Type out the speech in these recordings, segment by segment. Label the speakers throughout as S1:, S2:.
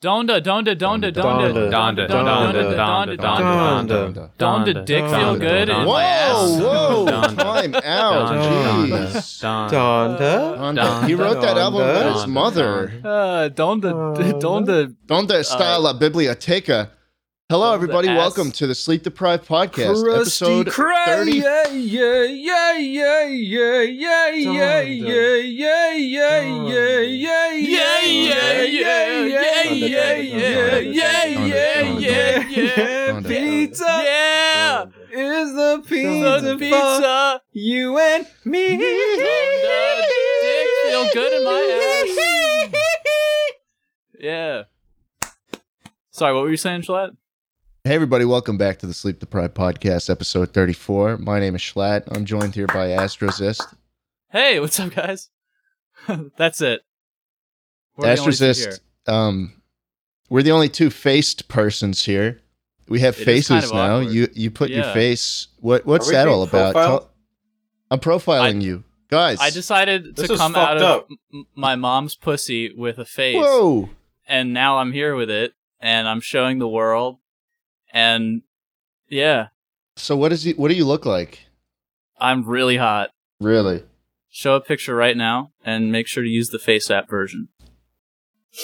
S1: Donda, Donda, Donda, Donda, Donda, Donda,
S2: Donda, Donda,
S1: Donda, Donda, Donda.
S2: Donda.
S1: Donda dick feel
S2: Donda,
S1: good in
S2: Donda.
S1: my ass.
S3: Whoa, whoa,
S1: Donda,
S3: time out.
S1: Donda,
S3: Oh, Jeez.
S1: Donda, Donda.
S2: Donda.
S3: Donda. He wrote that
S2: Donda.
S3: album about his
S1: Donda,
S3: mother.
S1: Uh, Donda, Donda.
S3: Donda Stala Biblioteca. Hello,
S1: Donda
S3: everybody.
S1: ass.
S3: Welcome to the Sleep Deprived Podcast,
S1: Krusty
S3: episode
S1: Krab,
S3: 30.
S1: yeah, yeah, yeah, yeah, yeah, yeah, yeah,
S2: Donda.
S1: yeah, yeah, yeah,
S2: Donda.
S1: yeah, yeah, yeah, yeah, yeah, yeah,
S2: Donda,
S1: yeah,
S2: Donda,
S1: yeah, yeah,
S2: Donda,
S1: yeah,
S2: Donda, Donda,
S1: yeah,
S2: Donda,
S1: yeah.
S3: Donda.
S1: Pizza, yeah, is the pizza,
S2: Donda.
S1: pizza, you and me. Dick feel good in my ass. Yeah. Sorry, what were you saying, Schlatt?
S3: Hey, everybody. Welcome back to the Sleep Deprived Podcast, episode 34. My name is Schlatt. I'm joined here by Astrozist.
S1: Hey, what's up, guys? That's it. We're the only two here.
S3: Astrozist, um, we're the only two faced persons here. We have
S1: It is
S3: faces
S1: kind of
S3: now.
S1: awkward.
S3: You you put your
S1: Yeah.
S3: face. What what's
S4: we
S3: that
S4: being
S3: all about?
S4: profiled?
S3: Tell- I'm profiling you, guys.
S1: I decided
S4: This
S1: to
S4: is
S1: come
S4: fucked
S1: out of
S4: up.
S1: m- my mom's pussy with a face,
S3: whoa.
S1: and now I'm here with it, and I'm showing the world, and yeah,
S3: So what is he, what do you look like?
S1: I'm really hot.
S3: Really?
S1: Show a picture right now, and make sure to use the face app version.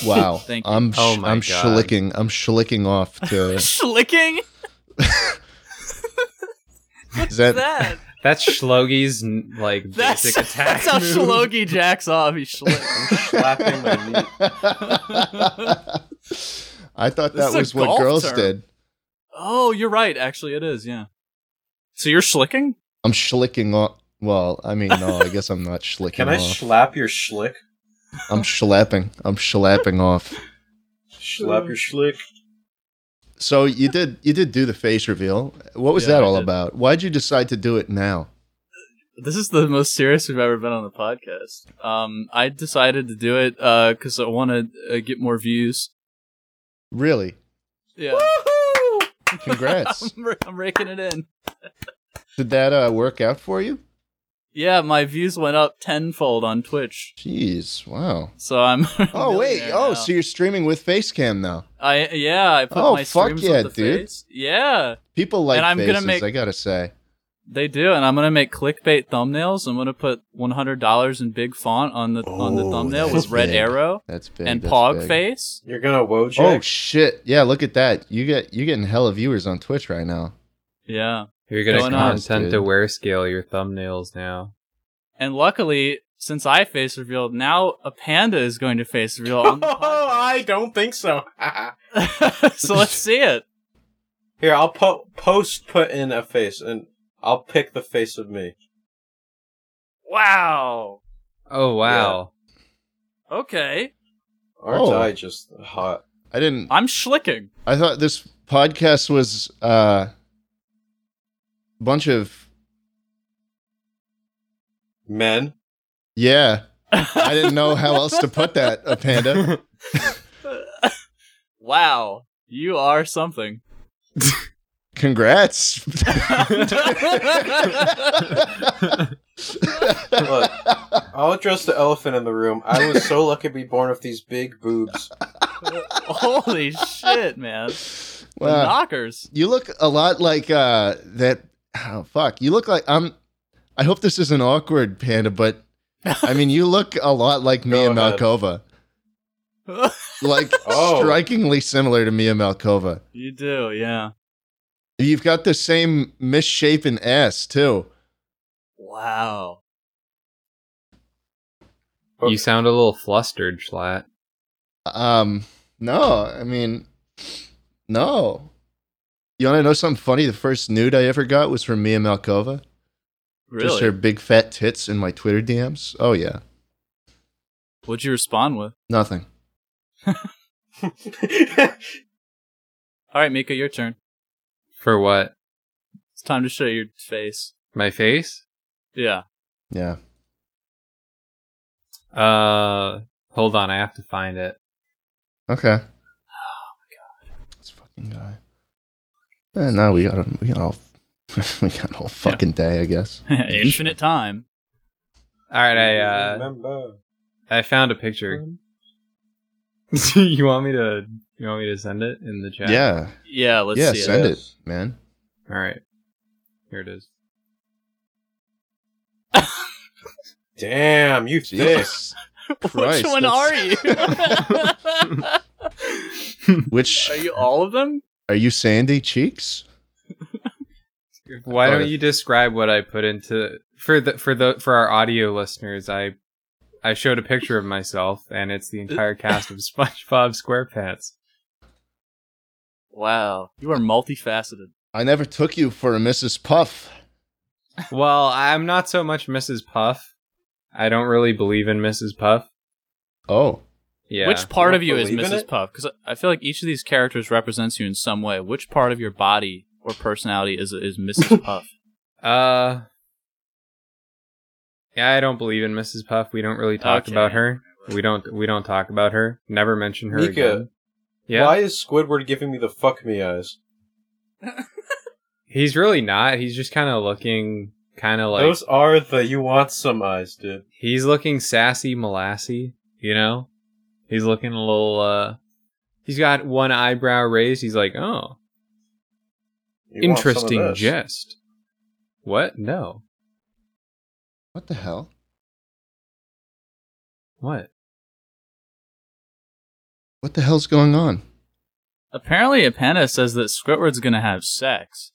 S3: Wow.
S1: Thank you.
S3: I'm sh-
S2: Oh my
S3: I'm
S2: God.
S3: schlicking. I'm schlicking off to
S1: Schlicking?
S3: Is that,
S1: That
S2: That's Schlogie's n- like
S1: that's
S2: basic attack.
S1: that's how
S2: move.
S1: Shlogi jacks off. He schlicks.
S4: I'm slapping my knee.
S3: I thought
S1: This is
S3: that
S1: a
S3: was what
S1: golf
S3: girls
S1: term.
S3: did.
S1: Oh, you're right. Actually, it is. Yeah. So you're schlicking?
S3: I'm schlicking off. Well, I mean, no, I guess I'm not schlicking
S4: Can I
S3: off.
S4: slap your schlick?
S3: I'm schlapping. I'm schlapping off.
S4: Slap your schlick.
S3: So you did you did do the face reveal. What was
S1: Yeah,
S3: that
S1: I
S3: all
S1: did.
S3: about? Why'd you decide to do it now?
S1: This is the most serious we've ever been on the podcast. Um, I decided to do it because I want to uh, get more views.
S3: Really?
S1: Yeah,
S3: Congrats.
S1: I'm, ra- I'm raking it in.
S3: did that uh, work out for you?
S1: Yeah, my views went up tenfold on Twitch.
S3: Jeez, wow.
S1: So I'm.
S3: Oh wait.
S1: millionaire
S3: Oh,
S1: now.
S3: so you're streaming with Facecam now.
S1: I yeah, I put
S3: Oh,
S1: my
S3: fuck
S1: streams
S3: yeah,
S1: with the
S3: dude.
S1: face. Yeah,
S3: People like
S1: And I'm gonna
S3: faces,
S1: make-
S3: I gotta say.
S1: they do, and I'm gonna make clickbait thumbnails. I'm gonna put one hundred dollars in big font on the on the
S3: Oh,
S1: thumbnail
S3: that's
S1: with red
S3: big.
S1: arrow
S3: That's big.
S1: and
S3: that's
S1: pog
S3: big.
S1: face.
S4: You're gonna woj.
S3: Oh shit. Yeah, look at that. You get you're getting hella viewers on Twitch right now.
S1: Yeah.
S2: You're gonna
S1: Going on,
S2: content
S3: dude.
S2: aware scale your thumbnails now.
S1: And luckily, since I face revealed, now a panda is going to face reveal. On the
S4: I don't think so.
S1: podcast. so let's see it.
S4: Here, I'll po- post put in a face, and I'll pick the face of me.
S1: Wow.
S2: Oh wow.
S1: Okay.
S4: Aren't
S3: Oh.
S4: I just hot?
S3: I didn't
S1: I'm schlicking.
S3: I thought this podcast was uh bunch of
S4: Men.
S3: yeah. I didn't know how else to put that, a panda.
S1: wow. You are something.
S3: Congrats.
S4: Look, I'll address the elephant in the room. I was so lucky to be born with these big boobs.
S1: Holy shit, man. The
S4: Ah.
S3: wow.
S1: knockers.
S3: You look a lot like uh that oh fuck. You look like I'm I hope this isn't awkward, Panda, but I mean you look a lot like Mia
S4: Go ahead.
S3: Malkova. Like
S4: Oh.
S3: strikingly similar to Mia Malkova.
S1: you do, yeah.
S3: You've got the same misshapen ass too.
S1: Wow.
S2: You sound a little flustered, Schlatt.
S3: Um, no, I mean, no. You want to know something funny? The first nude I ever got was from Mia Malkova. Just
S1: Really?
S3: her big fat tits in my Twitter DMs. Oh yeah,
S1: What'd you respond with?
S3: nothing.
S1: All right, Mika, your turn.
S2: For what?
S1: It's time to show your face.
S2: My face?
S1: Yeah.
S3: Yeah.
S2: Uh hold on, I have to find it.
S3: Okay. This fucking guy. Eh, now we got we got all we got all fucking day, I guess.
S1: Infinite time.
S2: Alright, I uh
S4: remember.
S2: I found a picture. you want me to? You want me to send it in the chat?
S3: Yeah.
S1: Yeah, let's
S3: yeah,
S1: see it.
S3: send it,
S4: Yes.
S3: man.
S2: All right. Here it is.
S4: Damn, you thick.
S3: Jesus.
S1: Which
S3: Christ,
S1: one
S3: that's-
S1: are you?
S3: Which
S1: are you all of them?
S3: are you Sandy Cheeks?
S2: Why
S3: Sorry.
S2: don't you describe what I put into for the for the for our audio listeners? I I showed a picture of myself, and it's the entire cast of SpongeBob SquarePants.
S1: Wow, you are multifaceted.
S3: I never took you for a Mrs. Puff.
S2: Well, I'm not so much Mrs. Puff. I don't really believe in Mrs. Puff.
S3: Oh.
S2: Yeah.
S1: Which part
S4: You
S1: of you is
S4: believe in
S1: Mrs.
S4: it?
S1: Puff? Because I feel like each of these characters represents you in some way. Which part of your body or personality is is Mrs. Puff?
S2: Uh. Yeah, I don't believe in Mrs. Puff. We don't really talk
S1: Okay.
S2: about her. We don't. We don't talk about her. Never mention her
S4: Mika,
S2: again. Yeah,
S4: Why is Squidward giving me the fuck me eyes?
S2: he's really not. He's just kind of looking, kind of like
S4: Those are the you want some eyes, dude.
S2: he's looking sassy, molassy. You know, he's looking a little. uh He's got one eyebrow raised. He's like, oh,
S4: You want some of
S2: interesting
S4: this.
S2: jest. What? No.
S3: What the hell?
S2: What?
S3: What the hell's going on?
S1: Apparently, Appenna says that Squidward's gonna have sex.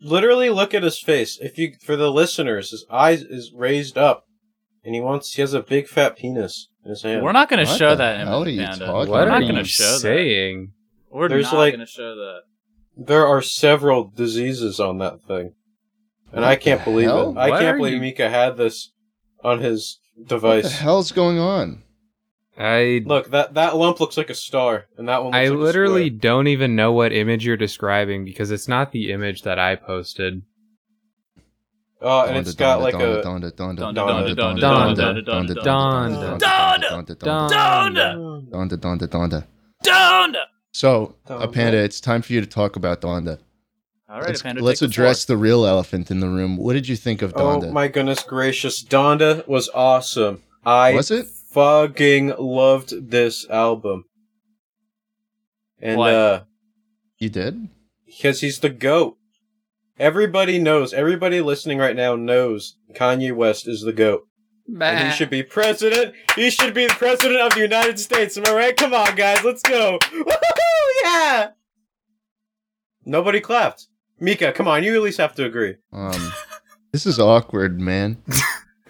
S4: Literally look at his face. If you for the listeners, his eyes is raised up and he wants he has a big fat penis in his hand.
S1: We're not gonna
S3: What
S1: show
S3: the
S1: that
S3: hell are
S1: image,
S3: you
S1: Panda.
S3: talking
S1: We're
S2: What
S1: not
S2: are
S3: about?
S1: gonna
S2: you
S1: show that.
S2: saying?
S1: We're
S4: There's
S1: not
S4: like-
S1: gonna show that.
S4: there are several diseases on that thing. And
S3: What
S4: I can't
S3: the
S4: believe
S3: hell?
S4: it. I
S2: Why
S4: can't
S2: are
S4: believe
S2: you-
S4: Mika had this on his
S3: What the
S4: device.
S3: hell's going on?
S2: I
S4: Look, that that lump looks like a star, and that one. Looks
S2: I
S4: like a
S2: literally
S4: square.
S2: don't even know what image you're describing because it's not the image that I posted.
S4: Oh, and it's got like a.
S3: Donda, Donda,
S4: Donda,
S1: Donda,
S3: Donda, Donda, Donda,
S1: Donda,
S2: Donda,
S3: Donda, Donda, Donda,
S1: Donda!
S3: Donda, Donda, Donda.
S1: Donda.
S3: So,
S4: Donda.
S3: Apanda, it's time for you to talk about Donda.
S1: All right,
S3: let's
S1: Apanda,
S3: let's
S1: take the
S3: address the real elephant in the room. What did you think of
S4: Oh
S3: Donda?
S4: my goodness gracious, Donda was awesome. I
S3: Was it?
S4: fucking loved this album. And
S1: Why?
S4: uh
S3: You did?
S4: because he's the goat. Everybody knows, everybody listening right now knows Kanye West is the goat. And he should be president. He should be the president of the United States. Am I right? Come on, guys, let's go. Woohoo! Yeah. Nobody clapped. Mika, come on, you at least have to agree.
S3: Um, this is awkward, man.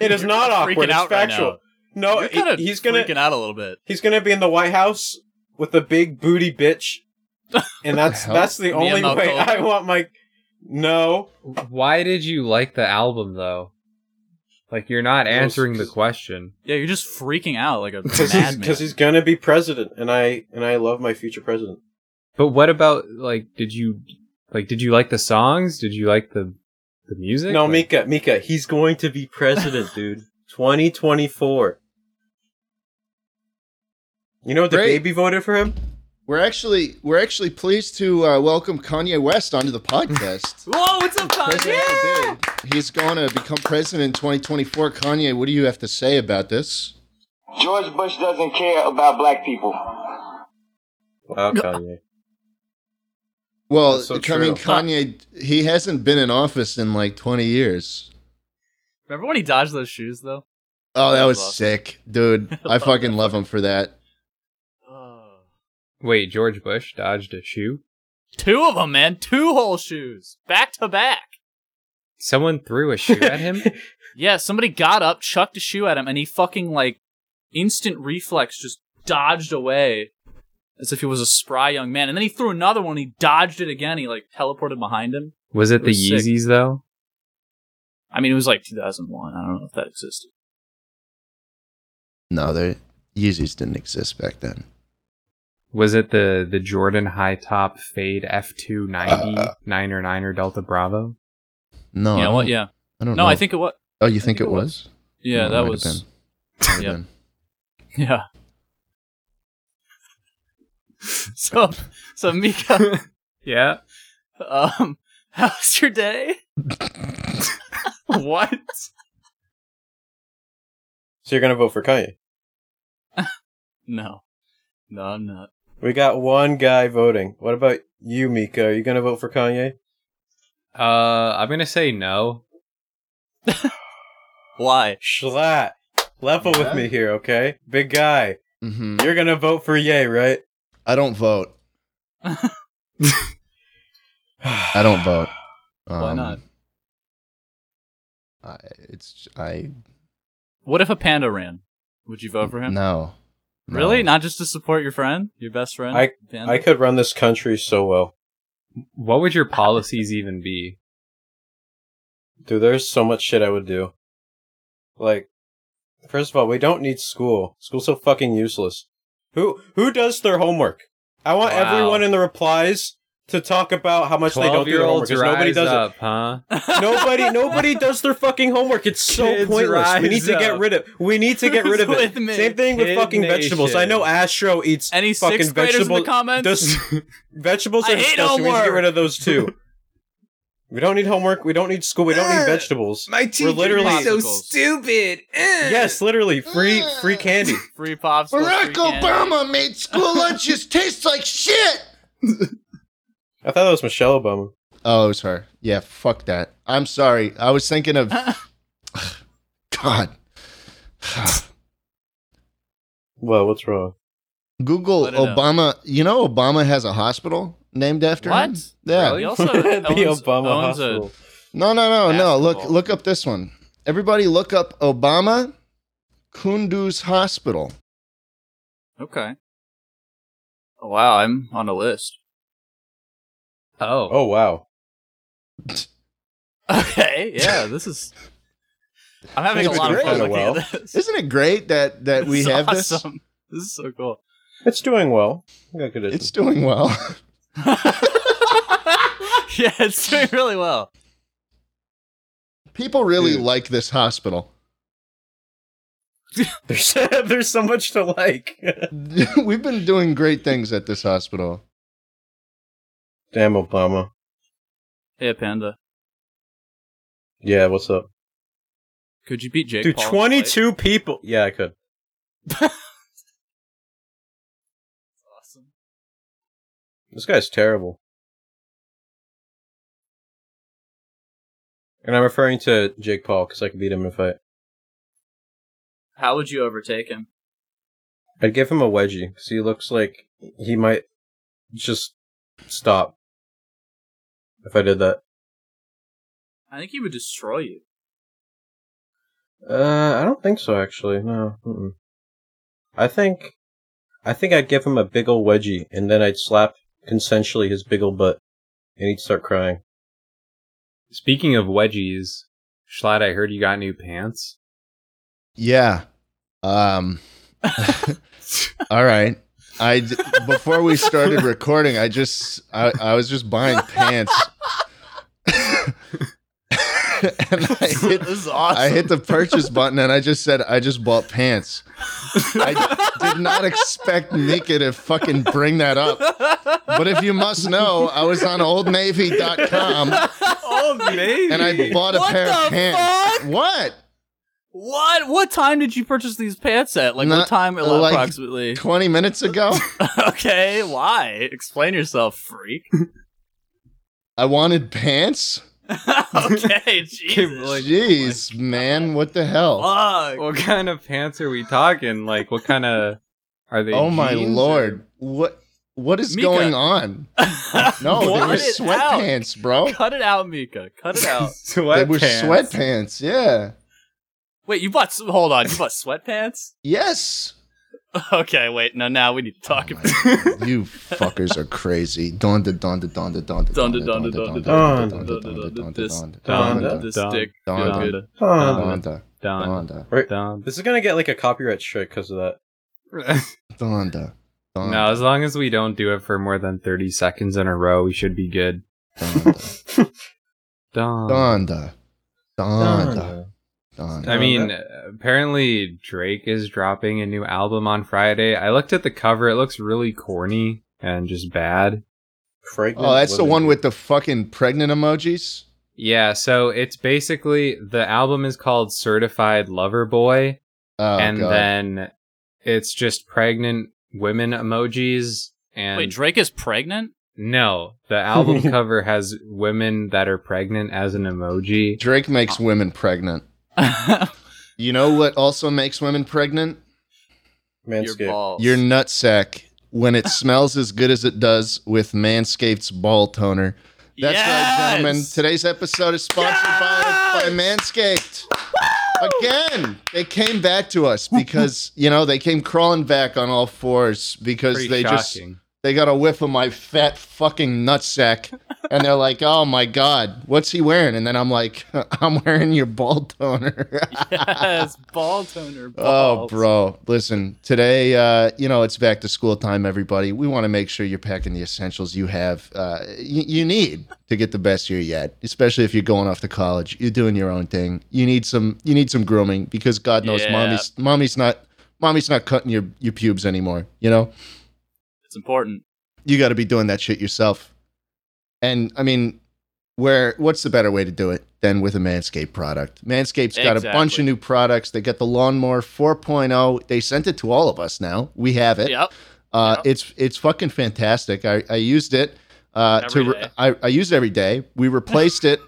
S4: It is
S1: You're
S4: not
S1: kinda freaking
S4: awkward. It's
S1: out right
S4: factual. no,
S1: You're
S4: Oh, he-
S1: kinda
S4: he's gonna
S1: freaking out a little bit.
S4: he's gonna be in the White House with a big booty bitch, and that's
S3: hell?
S4: that's the
S1: Me
S4: only
S1: and my
S4: way
S1: dog.
S4: I want my. No,
S2: Why did you like the album though? Like you're not
S4: It was-
S2: answering the question.
S1: Yeah, you're just freaking out like a
S4: because he's,
S1: madman.
S4: 'cause he's gonna be president, and I and I love my future president.
S2: But what about like did you like did you like the songs? Did you like the the music?
S4: No,
S2: Like,
S4: Mika, Mika, he's going to be president, dude. 2024. You know what the
S3: Great.
S4: baby voted for him?
S3: We're actually we're actually pleased to uh, welcome Kanye West onto the podcast.
S1: Whoa, what's up, Kanye?
S3: Presidential bid. He's going to become president in 2024. Kanye, what do you have to say about this?
S5: George Bush doesn't care about black people.
S4: Wow, Oh, Kanye.
S3: Well,
S4: That's so
S3: I mean,
S4: true.
S3: Kanye, he hasn't been in office in like 20 years.
S1: Remember when he dodged those shoes though?
S3: Oh, that
S1: That
S3: was
S1: was awesome.
S3: sick, dude. I fucking love him for that.
S1: Oh.
S2: Wait, George Bush dodged a shoe?
S1: Two of them, man. Two whole shoes, back to back.
S2: Someone threw a shoe at him?
S1: Yeah, somebody got up, chucked a shoe at him, and he fucking like instant reflex just dodged away as if he was a spry young man. And then he threw another one. He dodged it again. He like teleported behind him.
S2: Was
S1: It
S2: it the
S1: was sick.
S2: Yeezys though?
S1: I mean, it was like 2001. I don't know if that existed.
S3: No, the Yeezys didn't exist back then.
S2: Was it the the Jordan high top fade F two ninety
S3: Uh.
S2: nine or nine or Delta Bravo?
S3: No,
S1: you
S3: Oh, I
S1: know what?
S3: don't-
S1: Yeah.
S3: I don't
S1: No,
S3: know.
S1: I think it was.
S3: Oh, you
S1: I
S3: think,
S1: think
S3: it
S1: it
S3: was?
S1: Yeah,
S3: No, it
S1: that
S3: might
S1: was.
S3: have Might have
S1: Yeah.
S3: been.
S1: Yeah. so, so Mika,
S2: Yeah.
S1: um, how's your day? what?
S4: So you're gonna vote for Kanye?
S1: No. No, I'm not.
S4: We got one guy voting. What about you, Mika? Are you gonna vote for Kanye?
S2: Uh, I'm gonna say no.
S1: Why?
S4: Schlatt. Level with
S3: Yeah.
S4: me here, okay? Big guy.
S3: hmm
S4: You're gonna vote for Yay, right?
S3: I don't vote. I don't vote. Um,
S1: Why not?
S3: I, it's I
S1: What if a panda ran? Would you vote for him?
S3: no. No.
S1: Really? Not just to support your friend, your best friend?
S4: I-
S1: Panda?
S4: I could run this country so well.
S2: What would your policies even be?
S4: Dude, there's so much shit I would do. Like, first of all, we don't need school. School's so fucking useless. Who who does their homework? I want
S1: Wow.
S4: everyone in the replies to talk about how much they don't do their homework. 'cause Nobody
S2: rise
S4: does
S2: up, huh?
S4: it. Nobody nobody does their fucking homework. It's so
S2: Kids
S4: pointless. We need to
S2: rise
S4: get
S2: up.
S4: rid of. We need to get
S1: Who's
S4: rid of it.
S1: with me?
S4: Same thing with
S2: Kid
S4: fucking vegetables. I know
S2: Nation.
S4: Astro eats
S1: Any
S4: fucking
S1: sixth graders in
S4: vegetables.
S1: the comments?
S4: Does vegetables
S1: I
S4: are
S1: hate
S4: disgusting. We need to get
S1: homework.
S4: rid of those too. we don't need homework. We don't need school. We don't need vegetables.
S2: My
S4: We're literally
S1: so
S2: stupid.
S4: yes, literally free free candy.
S1: Free pops.
S3: Barack Obama made school lunches taste like shit.
S4: I thought that was Michelle Obama.
S3: Oh, it was her. Yeah, fuck that. I'm sorry. I was thinking of God.
S4: Well, what's wrong?
S3: Google
S1: Let it out.
S3: Obama. You know Obama has a hospital named after him.
S1: What?
S3: Yeah.
S1: He also
S4: the
S1: owns,
S4: Obama
S1: owns a-
S4: hospital.
S3: No, no, no, no. Look,
S1: Basketball.
S3: look up this one. Everybody, look up Obama Kunduz Hospital.
S1: Okay. Oh, wow, I'm on a list.
S2: Oh.
S4: Oh wow.
S1: Okay, yeah, this is. I'm having a
S3: It's
S1: lot of
S3: great.
S1: fun looking
S4: Well,
S1: at this.
S3: Isn't it great that that we
S1: This is
S3: have
S1: awesome. This is so cool.
S4: It's doing well. Look at
S3: this?
S4: it.
S3: It's doing well.
S1: yeah, it's doing really well.
S3: People really
S4: Dude.
S3: like this hospital.
S4: there's there's so much to like.
S3: We've been doing great things at this hospital.
S4: Damn Obama.
S1: Hey, Panda,
S4: Yeah, what's up?
S1: could you beat Jake
S4: Dude,
S1: Paul? in a
S4: twenty two people Yeah, I could.
S1: fight? Awesome.
S4: This guy's terrible. And I'm referring to Jake Paul because I could beat him in a fight.
S1: How would you overtake him?
S4: I'd give him a wedgie because he looks like he might just stop if I did that.
S1: I think he would destroy you.
S4: Uh, I don't think so. Actually, no. Mm-mm. I think, I think I'd give him a big ol' wedgie, and then I'd slap consensually his big ol' butt, and he'd start crying.
S2: Speaking of wedgies, Schlatt, I heard you got new pants.
S3: Yeah. Um. all right. I d- before we started recording, I just I, I was just buying pants. and I hit,
S1: is awesome.
S3: I hit the purchase button and I just said I just bought pants. I did not expect Mika to fucking bring that up. But if you must know, I was on oldnavy.com
S2: Oh, maybe.
S3: and I bought a
S1: What
S3: pair of
S1: the
S3: pants. What?
S1: What? What time did you purchase these pants at? Like
S3: Not-
S1: what time
S3: like-
S1: approximately?
S3: 20 minutes ago?
S1: okay, why? Explain yourself, freak.
S3: I wanted pants?
S1: okay, Jesus.
S3: Jeez, man, what the hell?
S1: oh Fuck.
S2: What kind of pants are we talking? Like, what kind of are they?
S3: Oh my
S2: jeans or-
S3: lord. What what is
S1: Mika.
S3: going on? No, they were
S1: Cut it out.
S3: sweatpants, bro.
S1: Cut it out, Mika. Cut it out.
S3: They
S2: sweatpants.
S3: were sweatpants. Yeah.
S1: wait, you bought. s- Hold on, you bought sweatpants?
S3: Yes.
S1: Okay, wait. No, now we need to
S3: Oh
S1: talk about.
S3: You fuckers are crazy. Donda, donda, donda, donda,
S1: Donda, donda, donda,
S4: donda,
S1: donda, donda, donda, this-
S2: Donda,
S1: This
S2: Donda,
S1: dick.
S3: Donda,
S1: feel good.
S4: Don.
S3: donda,
S2: Don.
S3: donda,
S4: Right.
S2: Don.
S4: Um, This is gonna get like a copyright strike because of that.
S3: donda,
S2: No, as long as we don't do it for more than 30 seconds in a row, we should be good.
S3: donda,
S2: Don.
S3: donda, donda, donda.
S2: I mean, apparently Drake is dropping a new album on Friday. I looked at the cover; it looks really corny and just bad.
S4: Pregnant
S3: Oh, that's the
S4: women.
S3: one with the fucking pregnant emojis.
S2: Yeah, so it's basically the album is called Certified Lover Boy,
S3: Oh,
S2: and
S3: God.
S2: then it's just pregnant women emojis and
S1: Wait, Drake is pregnant?
S2: no, the album cover has women that are pregnant as an emoji.
S3: Drake makes women pregnant.
S1: Your
S3: You know what also makes women pregnant?
S4: Manscaped.
S1: balls.
S3: Your nutsack when it smells as good as it does with Manscaped's ball toner. That's right, gentlemen.
S1: Yes!
S3: Today's episode is sponsored by, by Manscaped. Again, they came back to us because you know they came crawling back on all fours because
S2: Pretty
S3: they just
S2: shocking.
S3: they got a whiff of my fat fucking nutsack and they're like, "Oh my god, what's he wearing?" And then I'm like, "I'm wearing your ball toner."
S1: yes, ball toner.
S3: Oh,
S1: Balls.
S3: bro. Listen, today, uh, you know, it's back to school time, everybody. We want to make sure you're packing the essentials you have, uh, y- you need to get the best year yet, especially if you're going off to college. You're doing your own thing. You need some, you need some grooming because God knows
S1: Yeah.
S3: mommy's, mommy's not, mommy's not cutting your, your pubes anymore. You know,
S1: It's important.
S3: you got to be doing that shit yourself. And I mean, where what's the better way to do it than with a Manscaped product? Manscaped's got a bunch
S1: Exactly.
S3: of new products. They got the lawnmower 4.0. They sent it to all of us now. We have it.
S1: Yep.
S3: Uh,
S1: Yep.
S3: It's it's fucking fantastic. I, I used it uh,
S1: Every
S3: to
S1: day.
S3: I, I used it every day. We replaced it.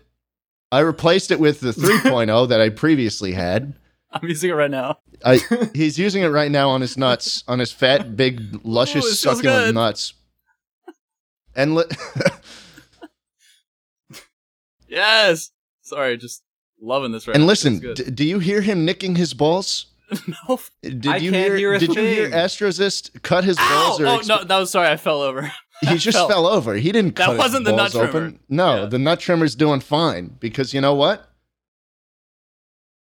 S3: I replaced it with the 3.0 that I previously had.
S1: I'm using it right now.
S3: I, he's using it right now on his nuts, on his fat, big, luscious,
S1: Ooh, Oh, it feels
S3: succulent
S1: good.
S3: nuts. And li-
S1: Yes. Sorry, just loving this right
S3: and
S1: now.
S3: listen,
S1: It's
S3: d-
S1: good.
S3: do you hear him nicking his balls?
S1: no,
S3: Did
S2: I
S3: you
S2: can't
S3: hear?
S2: hear a
S3: did you hear
S2: thing.
S3: Astrozist cut his
S1: Ow!
S3: balls? Or
S1: Oh
S3: exp-
S1: no, that was sorry. I fell over.
S3: he just
S1: fell.
S3: fell. over. He didn't.
S1: That
S3: cut
S1: wasn't the
S3: his
S1: nut
S3: balls
S1: trimmer.
S3: open. No,
S1: Yeah.
S3: the nut trimmer's doing fine because you know what?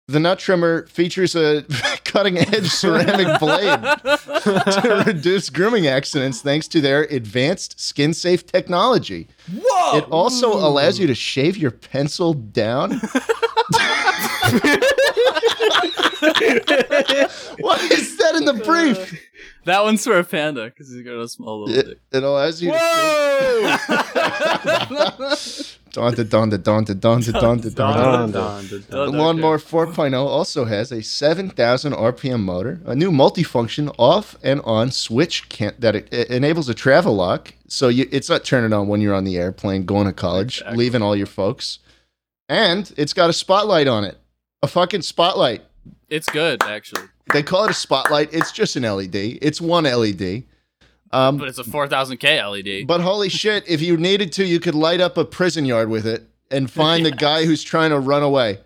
S3: The nut trimmer features a cutting edge ceramic blade. to reduce grooming accidents thanks to their advanced skin safe technology.
S1: Whoa!
S3: It also allows you to shave your pencil down. Why is that in the brief?
S1: that one's for a panda because he's got a small little
S3: It,
S1: dick.
S3: it allows you to. Donda, donda, donda, donda, donda, donda.
S4: Dun,
S2: dun, dun,
S1: dun.
S3: The
S1: Oh, Okay.
S3: Lawnmower 4.0 also has a 7,000 RPM motor, a new multifunction off and on switch can- that it, it enables a travel lock. So you, it's not turning on when you're on the airplane, going to college,
S1: Exactly.
S3: leaving all your folks. And it's got a spotlight on it. A fucking spotlight.
S1: It's good actually,
S3: They call it a spotlight. It's just an LED. It's one LED. Um,
S1: but it's a 4000K LED.
S3: but holy shit, if you needed to, you could light up a prison yard with it and find the guy who's trying to run away.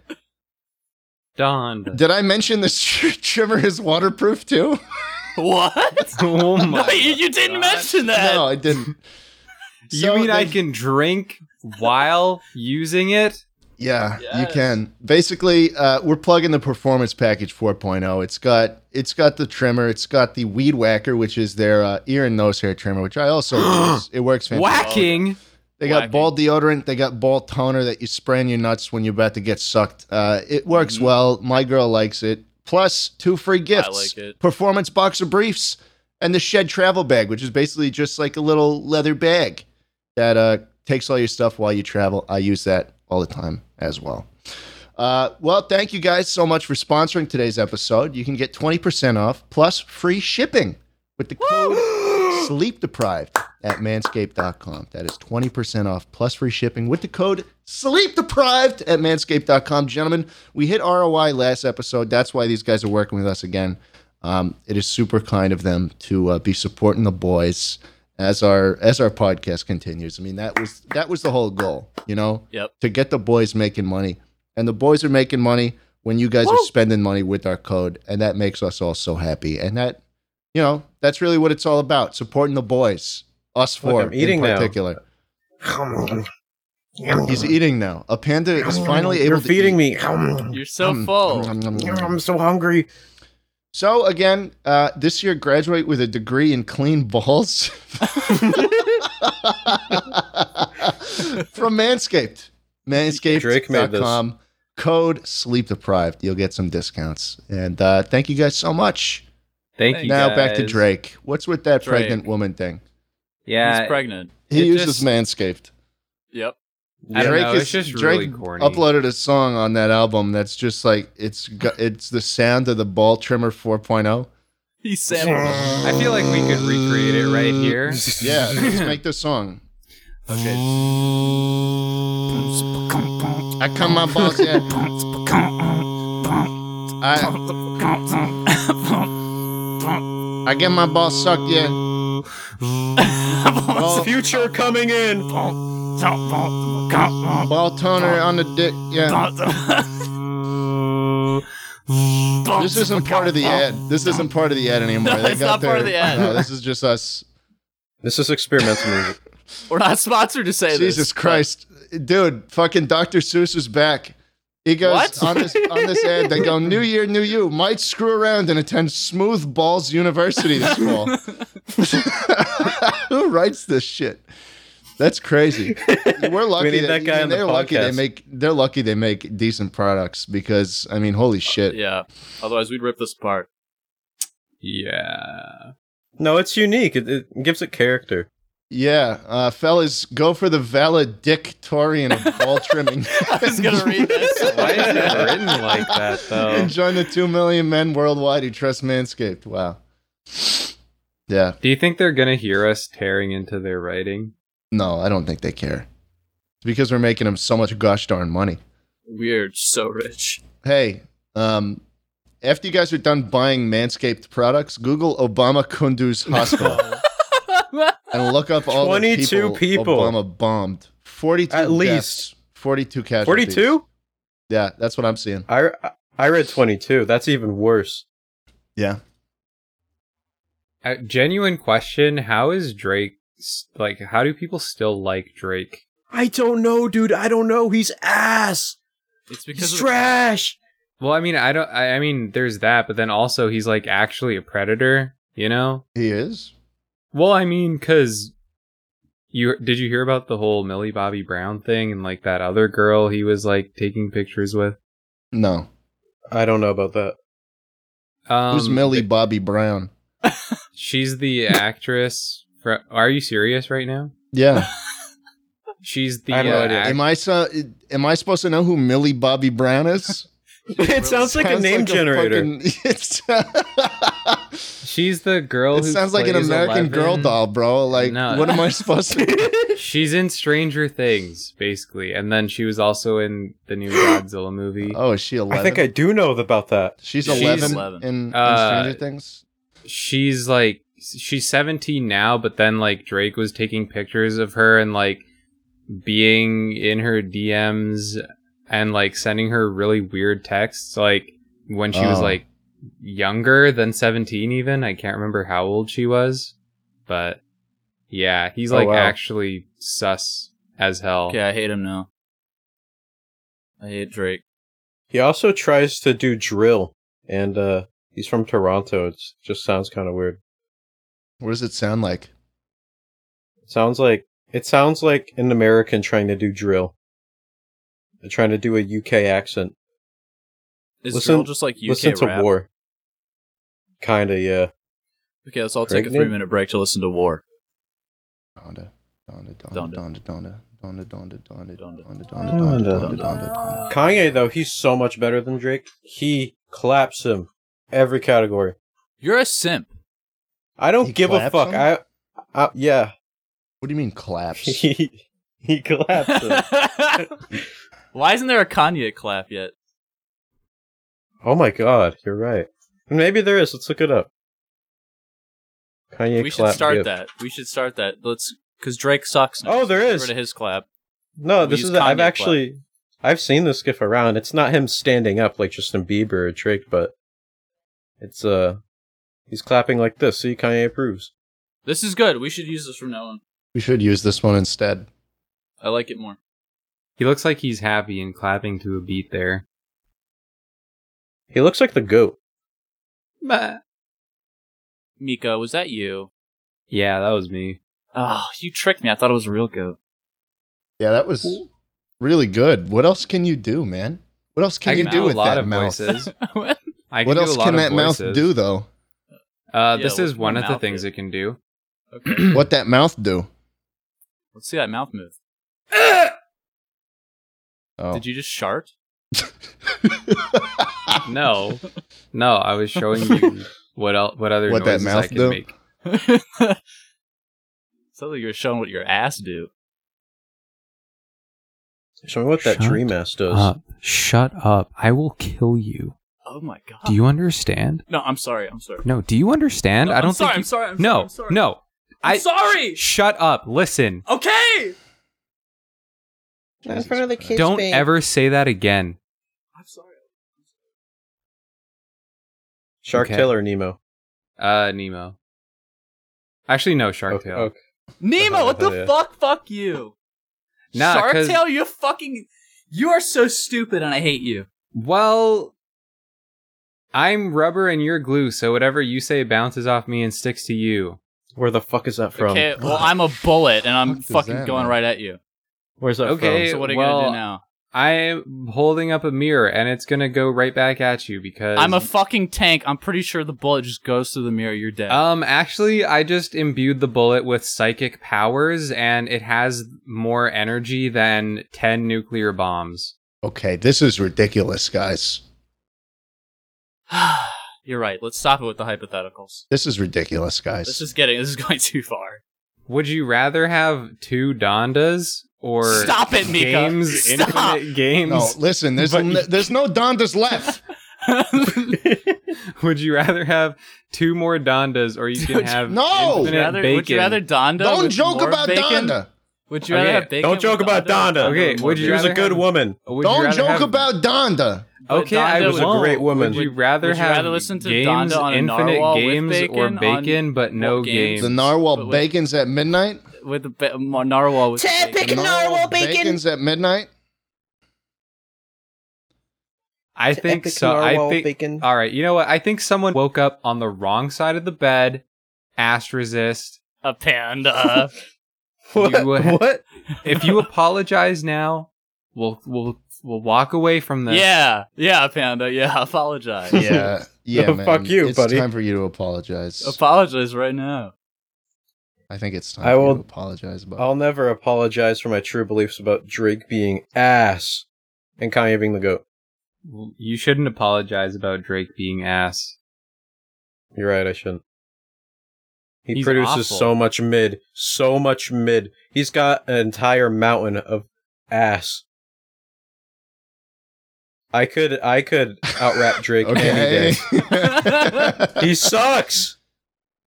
S2: dun, dun.
S3: Did I mention this trimmer is waterproof too?
S1: what?
S2: Oh my.
S1: No, you, you didn't
S2: God.
S1: mention that.
S3: No, I didn't.
S2: You
S3: So
S2: mean I
S3: they-
S2: can drink while using it?
S3: Yeah,
S1: Yes.
S3: you can. Basically, uh, we're plugging the performance package 4.0. It's got it's got the trimmer. It's got the weed whacker, which is their uh, ear and nose hair trimmer, which I also use. It works fantastic.
S2: Whacking.
S3: They got
S1: Whacking.
S3: ball deodorant. They got ball toner that you spray on your nuts when you're about to get sucked. Uh, it works
S1: Mm-hmm.
S3: well. My girl likes it. Plus, two free gifts:
S1: like it.
S3: performance boxer briefs and the shed travel bag, which is basically just like a little leather bag that uh, takes all your stuff while you travel. I use that all the time as well. Uh, well, thank you guys so much for sponsoring today's episode. You can get 20% off plus free shipping with the code sleep deprived at manscaped.com. That is 20% off plus free shipping with the code sleep deprived at manscaped.com. Gentlemen, we hit ROI last episode. That's why these guys are working with us again. Um, it is super kind of them to uh, be supporting the boys as our as our podcast continues. I mean, that was that was the whole goal, you know,
S1: Yep.
S3: to get the boys making money. And the boys are making money when you guys are spending money with our code, and that makes us all so happy. And that, you know, that's really what it's all about: supporting the boys, us
S4: Look,
S3: four
S4: I'm eating
S3: in
S4: now.
S3: particular. Come on. He's eating now. A panda is finally able
S4: You're
S3: to
S4: feeding me.
S1: You're so full.
S4: I'm so hungry.
S3: So again, uh, this year graduate with a degree in clean balls from Manscaped.
S4: Drake made this.
S3: Manscaped.com. Code sleep deprived. You'll get some discounts. And uh, thank you guys so much.
S2: Thank
S1: Thank
S2: you.
S3: now back to
S2: guys.
S3: Drake. What's with that
S1: Drake.
S3: pregnant woman thing?
S2: Yeah.
S1: He's pregnant.
S3: He
S2: It
S3: uses
S2: just-
S3: Manscaped.
S1: Yep.
S2: I don't
S3: Drake
S2: know.
S3: is
S2: It's just
S3: Drake
S2: really corny.
S3: uploaded a song oh. on that album that's just like it's go- it's the sound of the ball trimmer 4.0.
S1: He sampled.
S2: I feel like we could recreate it right here.
S3: Yeah, let's make the song.
S2: Okay.
S3: I come my balls, yeah. I, I get my balls sucked, yeah. Ball,
S4: Future coming in.
S3: ball toner on the dick, yeah. This isn't part of the ad. This isn't part of the ad anymore.
S1: No,
S3: They
S1: it's
S3: got
S1: not part of
S3: their-
S1: the ad.
S3: No, this is just us.
S4: This is experimental music.
S1: We're not sponsored to say this.
S3: Jesus Christ, dude! Fucking Dr. Seuss is back. He goes
S1: What?
S3: on this on this ad. They go, "New year, new you." Might screw around and attend Smooth Balls University this fall. Who writes this shit? That's crazy. We're lucky.
S4: need that guy
S3: I mean,
S4: on the
S3: they're lucky. They
S4: podcast.
S3: make. They're lucky. They make decent products because I mean, holy shit.
S1: Yeah. Otherwise, we'd rip this apart.
S2: Yeah.
S4: No, it's unique. It, it gives it character.
S3: Yeah, uh, fellas, go for the valedictorian of ball trimming.
S1: I was gonna read this.
S2: Why is it written like that
S4: Oh.
S2: though?
S3: and join the 2 million men worldwide who trust Manscaped. Wow. Yeah.
S2: Do you think they're gonna hear us tearing into their writing?
S3: No, I don't think they care. It's because we're making them so much gosh darn money.
S1: Weird. So rich.
S3: Hey, um, after you guys are done buying Manscaped products, Google Obama Kunduz Hospital and look up all
S4: 22
S3: the people,
S4: people.
S3: Obama bombed. 42
S4: At least.
S3: deaths, 42 casualties.
S4: 42?
S3: Yeah, that's what I'm seeing.
S4: I, I read 22. That's even worse.
S3: Yeah.
S2: Uh, genuine question: How is Drake s- like? How do people still like Drake?
S4: I don't know, dude. I don't know. He's ass.
S1: It's because of
S4: trash.
S2: Well, I mean, I don't. I, I mean, there's that, but then also he's like actually a predator. You know?
S3: He is?
S2: Well, I mean, cause you did you hear about the whole Millie Bobby Brown thing and like that other girl he was like taking pictures with?
S3: No.
S4: I don't know about that.
S2: Um,
S3: Who's Millie Bobby Brown?
S2: She's the actress. Fr Are you serious right now?
S3: Yeah.
S2: She's the.
S4: I have no
S2: uh,
S4: idea.
S2: act-
S3: Am I so, am I supposed to know who Millie Bobby Brown is?
S4: It sounds like a
S3: Sounds
S4: name
S3: like
S4: generator.
S3: fucking- it's-
S2: She's the girl.
S3: it
S2: who
S3: sounds like an
S2: plays
S3: American
S2: 11.
S3: Girl doll, bro. Like,
S2: No.
S3: what am I supposed to?
S2: She's in Stranger Things, basically, and then she was also in the new Godzilla movie.
S3: oh, is she eleven?
S4: I think I do know about that.
S3: she's
S1: She's
S3: eleven
S1: 11.
S3: in, in
S2: Uh,
S3: Stranger Things.
S2: She's like she's 17 now, but then like Drake was taking pictures of her and like being in her DMs and like sending her really weird texts like when she was
S3: Oh.
S2: like younger than 17 even. I can't remember how old she was, but yeah, he's
S4: Oh,
S2: like
S4: wow.
S2: actually sus as hell.
S1: Okay, I hate him now. I hate Drake.
S4: He also tries to do drill, and uh, he's from Toronto. It just sounds kind of weird.
S3: What does it sound like?
S4: It sounds like it sounds like an American trying to do drill, They're trying to do a UK accent.
S1: Is
S4: Listen-
S1: Drill just like UK
S4: Listen to
S1: rap?
S4: war. Kinda, yeah.
S1: Okay, let's all take a
S4: Pregnant?
S1: three minute break to listen to war.
S3: Donda, donda, donda,
S1: Donda.
S3: donda, donda, donda, donda, donda,
S1: Donda.
S3: donda, donda, donda, donda, donda, donda.
S4: Kanye though, he's so much better than Drake. He claps him every category.
S1: You're a simp.
S4: I don't
S3: He
S4: give a
S3: claps
S4: fuck.
S3: him?
S4: I, I, yeah.
S3: What do you mean claps?
S4: he he claps him.
S1: Why isn't there a Kanye clap yet?
S4: Oh my god, you're right. Maybe there is. Let's look it up. Kanye
S1: we should
S4: clap
S1: start
S4: gift.
S1: that. We should start that. Let's because Drake sucks. Now,
S4: Oh, there
S1: so get
S4: is.
S1: rid of his clap.
S4: No,
S1: We
S4: this
S1: use
S4: is. I've
S1: Kanye
S4: actually, I've seen this gif around. It's not him standing up like Justin Bieber or Drake, but it's uh, he's clapping like this. See, Kanye approves.
S1: This is good. We should use this from now on.
S3: We should use this one instead.
S1: I like it more.
S2: He looks like he's happy and clapping to a beat there.
S4: He looks like the goat.
S1: Mika, was that you?
S2: Yeah, that was me.
S1: Oh, you tricked me. I thought it was a real goat.
S3: Yeah, that was really good. What else can you do, man? What else can
S2: I
S3: you
S2: can
S3: do
S2: do
S3: with
S2: a lot
S3: that
S2: of
S3: mouth?
S2: voices.
S1: What?
S2: I can
S3: What
S2: do
S3: else
S2: a lot
S3: can
S2: of
S3: that mouth
S2: voices.
S3: do though?
S2: Uh,
S1: Yeah,
S2: this
S1: what-
S2: is one
S1: what
S2: of the
S1: mouth
S2: things
S1: is-
S2: it can do.
S1: okay.
S3: what that mouth do?
S1: Let's see that mouth move.
S3: Oh.
S1: Did you just shart?
S2: No, no, I was showing you What else? What other
S3: What that
S2: noises I
S3: mouth
S2: can
S3: do?
S2: make?
S1: Sounds like you're showing what your ass do.
S4: Show me what that
S2: Shut
S4: tree mass does.
S2: Up. Uh, Shut up! I will kill you.
S1: Oh my god.
S2: Do you understand?
S1: No, I'm sorry. I'm sorry.
S2: No. Do you understand?
S1: No,
S2: I don't
S1: I'm sorry,
S2: think. you-
S1: I'm sorry. I'm
S2: no.
S1: sorry. I'm sorry.
S2: No.
S1: I'm
S2: I-
S1: sorry.
S2: Shut up! Listen.
S1: Okay.
S3: In front of the kids.
S2: Don't ever say that again.
S1: I'm sorry.
S4: Shark
S2: Okay.
S4: Tail or Nemo?
S2: Uh, Nemo. Actually, no. Shark Tale.
S4: Okay.
S1: Nemo, what the
S4: Yeah.
S1: fuck? Fuck you.
S2: Nah,
S1: Shark
S2: 'cause-
S1: Tale, you fucking. You are so stupid, and I hate you.
S2: Well, I'm rubber and you're glue, so whatever you say bounces off me and sticks to you.
S4: Where the fuck is that from?
S1: Okay. Well, I'm a bullet, and I'm
S3: Fuck does
S1: fucking
S3: that
S1: going
S3: mean?
S1: right at you.
S4: Where's that
S2: Okay.
S1: So what are you
S2: well,
S1: gonna do now?
S2: I'm holding up a mirror and it's gonna go right back at you because
S1: I'm a fucking tank. I'm pretty sure the bullet just goes through the mirror. You're dead.
S2: um actually I just imbued the bullet with psychic powers and it has more energy than 10 nuclear bombs.
S3: Okay, this is ridiculous, guys.
S2: Uh,
S1: You're right. Let's stop it with the hypotheticals.
S3: This is ridiculous, guys.
S1: This is getting. This is going too far.
S2: Would you rather have two Dondas or
S1: Stop it, Mika.
S2: games
S1: Stop.
S2: infinite games?
S3: no, listen. There's
S2: But-
S3: n- there's no Dondas left.
S2: Would you rather have two more Dondas or you can
S1: Would you-
S2: have
S3: No!
S1: Would you
S2: infinite
S1: rather,
S2: bacon?
S1: would you rather Donda?
S3: Don't
S1: with
S3: joke
S1: more
S3: about
S1: bacon?
S3: Donda.
S1: Would you rather
S2: Okay,
S1: have bacon?
S4: Don't joke
S1: with
S4: about Donda.
S1: or
S2: Okay,
S1: with more
S2: would you
S4: She was a
S2: rather
S4: good
S2: have-
S4: woman.
S2: Would you
S3: Don't
S2: rather
S3: joke
S2: have-
S3: about Donda.
S1: But
S2: Okay,
S1: Donda
S2: I
S1: was a
S2: won't.
S4: great woman.
S2: Would you rather
S1: Would you
S2: have
S1: rather listen to
S2: games,
S1: Donda on a
S2: infinite
S1: narwhal with
S2: games, or
S1: bacon on-
S2: bacon, but no
S1: What games?
S2: games?
S3: The
S1: But
S3: narwhal
S1: wait.
S3: bacon's at midnight.
S1: Donda? With the ba- more narwhal with
S6: Ted,
S1: bacon.
S6: pick- narwhal bacon.
S3: bacon's at midnight.
S2: I think
S4: Epic
S2: so. I
S4: narwhal
S2: think.
S4: bacon.
S2: All right, you know what? I think someone woke up on the wrong side of the bed. Asked resist.
S1: a panda.
S2: You would-
S4: what?
S2: If you apologize now, we'll we'll we'll walk away from this.
S1: yeah, yeah, a panda. Yeah, I apologize.
S3: Yeah, yeah,
S4: No,
S3: man.
S4: fuck you,
S3: it's
S4: buddy.
S3: time for you to apologize.
S1: apologize right now.
S3: I think it's time
S4: I
S3: for
S4: will-
S3: you to apologize. But
S4: I'll never apologize for my true beliefs about Drake being ass and Kanye being the goat.
S2: You shouldn't apologize about Drake being ass.
S4: You're right, I shouldn't. He
S2: He's
S4: produces
S2: awful.
S4: so much mid, so much mid. He's got an entire mountain of ass. I could, I could out rap Drake any
S3: okay.
S4: day. He sucks.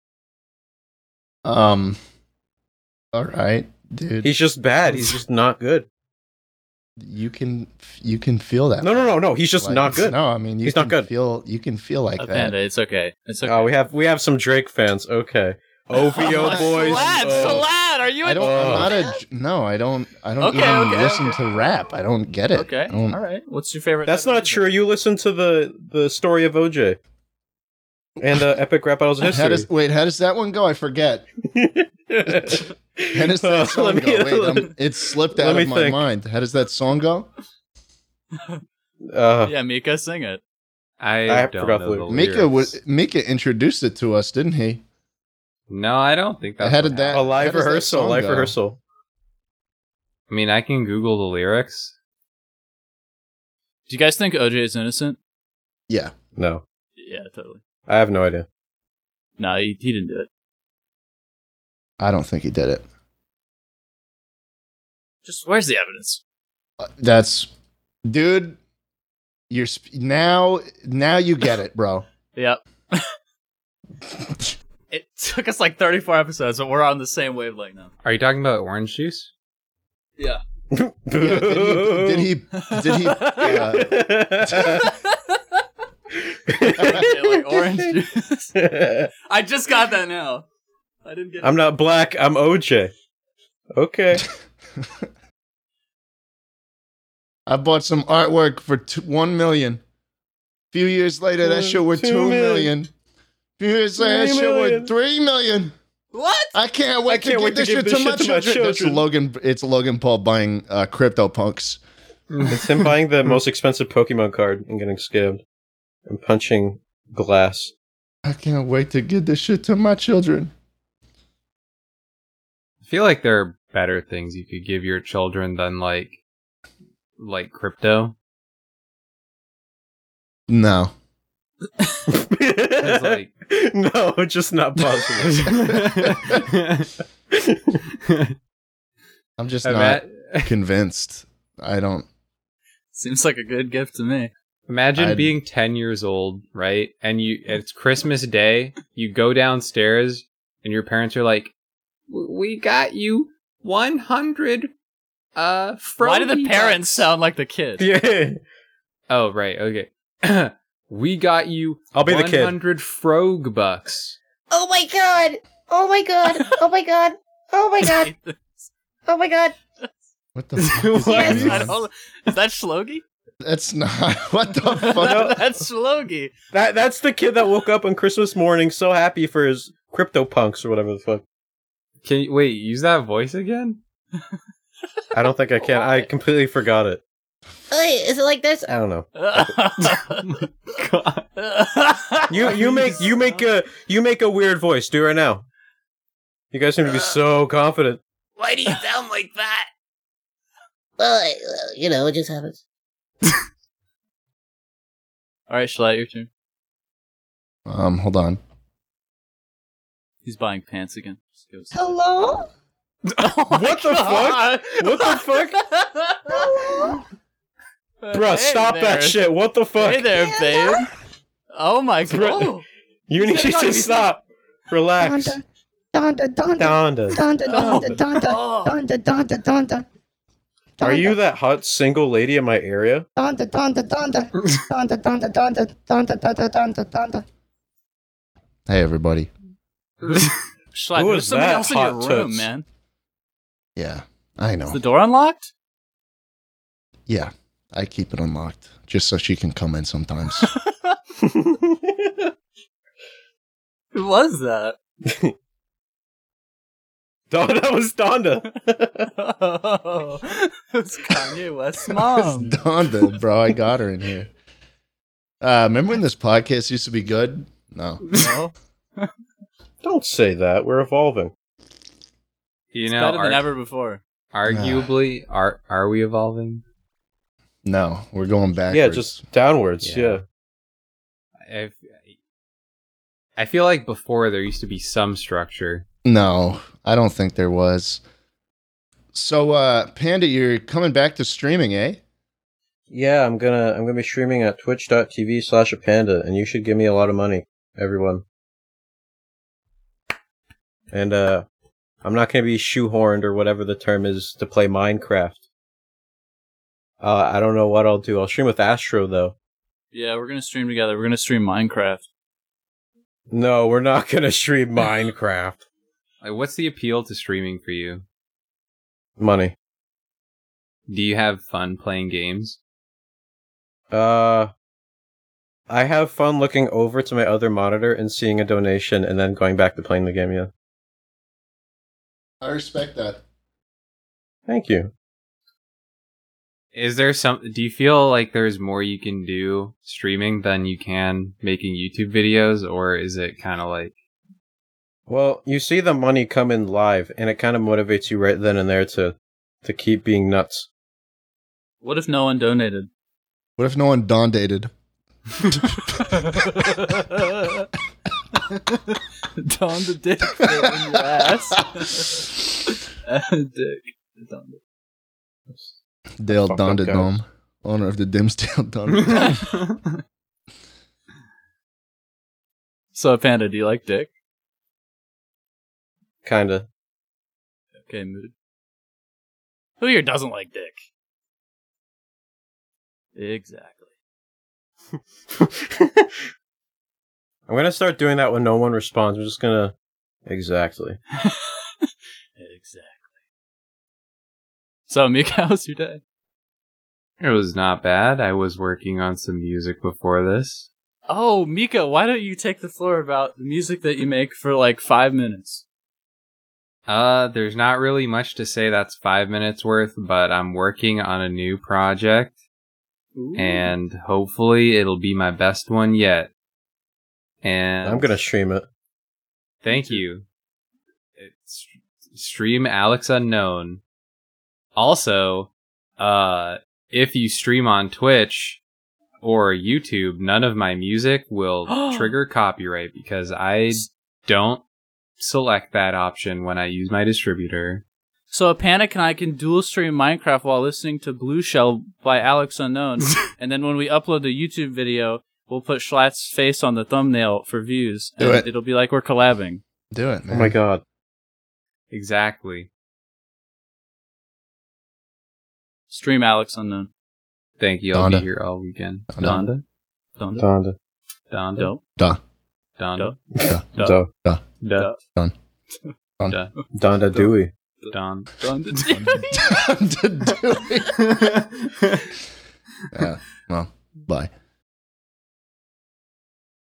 S3: um. All right, dude.
S4: He's just bad. He's just not good.
S3: you can you can feel that.
S4: No, no, no, no. He's just
S3: Like,
S4: not good.
S3: No, I mean you
S4: He's
S3: can
S4: not good.
S3: feel you can feel like
S1: a
S3: that.
S1: panda. It's okay. It's okay.
S4: Oh, we have we have some Drake fans. Okay. OVO
S1: Oh,
S4: boys.
S1: Slad,
S4: Oh.
S1: Slad, are you?
S3: I
S1: in-
S3: don't. I'm
S4: Oh.
S3: not a. j- No, I don't. I don't
S1: Okay,
S3: even
S1: okay,
S3: listen to rap. I don't get it.
S1: Okay.
S3: I don't-
S1: All right. What's your favorite?
S4: That's
S1: type of
S4: not
S1: music?
S4: true. You listen to the the story of OJ and uh, epic rap battles of
S3: How
S4: history.
S3: does wait? How does that one go? I forget. How does
S4: Uh,
S3: that song
S4: let me-
S3: go? Wait, I'm, it slipped
S4: let
S3: out
S4: me
S3: of my
S4: think.
S3: mind. How does that song go?
S4: uh,
S1: Yeah, Mika, sing it.
S2: I,
S4: I
S2: don't
S4: forgot
S2: know
S4: the lyrics.
S2: the
S3: Mika
S2: lyrics.
S3: was Mika introduced it to us, didn't he?
S2: No, I don't think that's
S3: How
S2: what
S3: did that-
S4: a
S3: How
S4: live
S3: does that
S4: rehearsal.
S3: song
S4: Live
S3: go?
S4: rehearsal.
S2: happened. I mean, I can Google the lyrics.
S1: Do you guys think OJ is innocent?
S3: Yeah.
S4: No,
S1: Yeah, totally.
S4: I have no idea.
S1: No, he, he didn't do it.
S3: I don't think he did it.
S1: Just where's the evidence?
S3: Uh, That's, dude. You're sp- now. Now you get it, bro.
S1: Yep. it took us like 34 episodes, but we're on the same wavelength now.
S2: Are you talking about orange juice?
S1: Yeah.
S3: Yeah, did he? Did he? Did he uh,
S1: like orange juice. I just got that now. I didn't get
S4: I'm not black. I'm OJ. Okay.
S3: I bought some artwork for t- one million. Few years later, that
S4: Two-
S3: shit were
S4: two
S3: two
S4: million.
S3: million. Few years later, that
S4: Three
S3: shit were
S4: million.
S3: three million.
S1: What?
S3: I can't wait
S4: I
S3: to
S4: can't
S3: give
S4: wait to
S3: this
S4: give
S3: shit,
S4: this
S3: to,
S4: shit
S3: my
S4: to my
S3: children. That's
S4: children.
S3: Logan. It's Logan Paul buying uh, CryptoPunks.
S4: It's him buying the most expensive Pokemon card and getting scammed and punching glass.
S3: I can't wait to give this shit to my children.
S2: I feel like there are better things you could give your children than like like crypto.
S3: No,
S2: 'Cause, like,
S4: no, it's just not possible.
S3: I'm just
S2: ima-
S3: not convinced. I don't.
S1: Seems like a good gift to me.
S2: imagine
S3: I'd-
S2: being 10 years old, right? And you it's Christmas Day. You go downstairs, and your parents are like, "W- "We got you 100." Uh,
S1: Why do the
S2: Froby
S1: parents
S2: bucks."
S1: sound like the kid?
S4: yeah.
S2: Oh, right. Okay. we got you
S4: I'll be the kid.
S2: 100 frog bucks.
S6: Oh my god! Oh my god! Oh my god! Oh my god! Oh my god!
S3: What the fuck is
S4: Why
S3: going
S4: is
S1: I
S3: on?
S1: don't- Is that Shlogi?
S3: That's not. What the fuck?
S1: That's Shlogi.
S4: That that's the kid that woke up on Christmas morning so happy for his crypto punks or whatever the fuck.
S2: Can you wait? Use that voice again?
S4: I don't think I can. I completely forgot it.
S6: Wait, is it like this?
S4: I don't know.
S2: God.
S4: You you make you make a you make a weird voice. Do it right now. You guys seem to be so confident.
S1: Why do you sound like that?
S6: Well, I- well, you know, it just happens.
S1: All right, Schlatt, your turn.
S3: Um, hold on.
S1: He's buying pants again. Just goes-
S6: Hello?
S1: Oh
S4: What the fuck? What the fuck?
S6: Hello?
S1: Hey
S4: Bruh, stop
S1: there.
S4: that shit. What the fuck?
S1: Hey there, babe. Oh my
S4: Bruh.
S1: god.
S4: You need to stop. Relax.
S7: Donda, Donda,
S4: Donda.
S7: Donda, Donda,
S1: No.
S7: Donda, Donda,
S1: Oh.
S7: Donda, Donda, Donda.
S4: Are you that hot single lady in my area?
S7: Donda, Donda, Donda, Donda, Donda, Donda, Donda, Donda, Donda, Donda.
S3: Hey, everybody.
S1: Schlatt,
S4: Who
S1: there's
S4: is
S1: somebody
S4: that
S1: else in your
S4: hot
S1: room,
S4: toots?
S1: man.
S3: Yeah, I know.
S1: Is the door unlocked?
S3: Yeah, I keep it unlocked just so she can come in sometimes.
S1: Who was that?
S4: Donda that was Donda.
S1: oh, it's Kanye West's mom.
S3: it's Donda, bro. I got her in here. Uh, remember when this podcast used to be good? No.
S1: No,
S4: Don't say that. We're evolving.
S2: You
S1: it's
S2: know,
S1: better than
S2: ar-
S1: ever before.
S2: arguably, are are we evolving?
S3: No, we're going backwards.
S4: Yeah, just downwards.
S2: Yeah.
S4: yeah.
S2: I I feel like before there used to be some structure.
S3: No, I don't think there was. So, uh, Panda, you're coming back to streaming, eh?
S4: Yeah, I'm gonna I'm gonna be streaming at twitch.tv slash a panda and you should give me a lot of money, everyone. And uh I'm not gonna be shoehorned or whatever the term is to play Minecraft. Uh I don't know what I'll do. I'll stream with Astro though.
S1: Yeah, we're gonna stream together. We're gonna stream Minecraft.
S4: No, we're not gonna stream Minecraft.
S2: Like, what's the appeal to streaming for you?
S4: Money.
S2: Do you have fun playing games?
S4: Uh I have fun looking over to my other monitor and seeing a donation and then going back to playing the game, yeah.
S3: I respect that.
S4: Thank you.
S2: Is there some? Do you feel like there's more you can do streaming than you can making YouTube videos, or is it kind of like
S4: Well, you see the money come in live, and it kind of motivates you right then and there to to keep being nuts.
S1: What if no one donated?
S3: What if no one Don dated?
S1: Don the dick fit in your ass. dick. Don the-
S3: Dale
S4: Fucked
S3: Don
S4: up
S3: to
S4: guy.
S3: Dome, owner of the Dimsdale Don.
S1: So, Panda, do you like dick?
S4: Kinda.
S1: Okay, mood. Who here doesn't like dick? Exactly.
S4: I'm gonna start doing that when no one responds. I'm just gonna exactly.
S1: Exactly. So, Mika, how was your day?
S2: it was not bad? I was working on some music before this.
S1: Oh, Mika, why don't you take the floor about the music that you make for like five minutes?
S2: Uh, there's not really much to say that's five minutes worth, but I'm working on a new project
S1: Ooh.
S2: and hopefully it'll be my best one yet. And
S4: I'm gonna stream it.
S2: thank you. It's stream Alex Unknown. Also, uh, if you stream on Twitch, or YouTube, none of my music will trigger copyright because I don't select that option when I use my distributor.
S1: So a panic and I can dual stream Minecraft while listening to Blue Shell by Alex Unknown, and then when we upload the YouTube video, we'll put Schlatt's face on the thumbnail for views,
S3: Do
S1: and
S3: it.
S1: will be like we're collabing.
S3: Do it, man.
S4: Oh my god.
S2: Exactly.
S1: Stream Alex Unknown.
S2: Thank you. I'll
S3: Donda.
S2: be here all weekend.
S1: Donda. Donda.
S4: Donda.
S2: Donda.
S1: Dope.
S2: Donda.
S1: Duh.
S4: Duh.
S2: Duh.
S3: Don. Don.
S2: Duh.
S4: Donda Dewey.
S2: Don.
S1: Donda.
S3: To do it. yeah. Well, bye.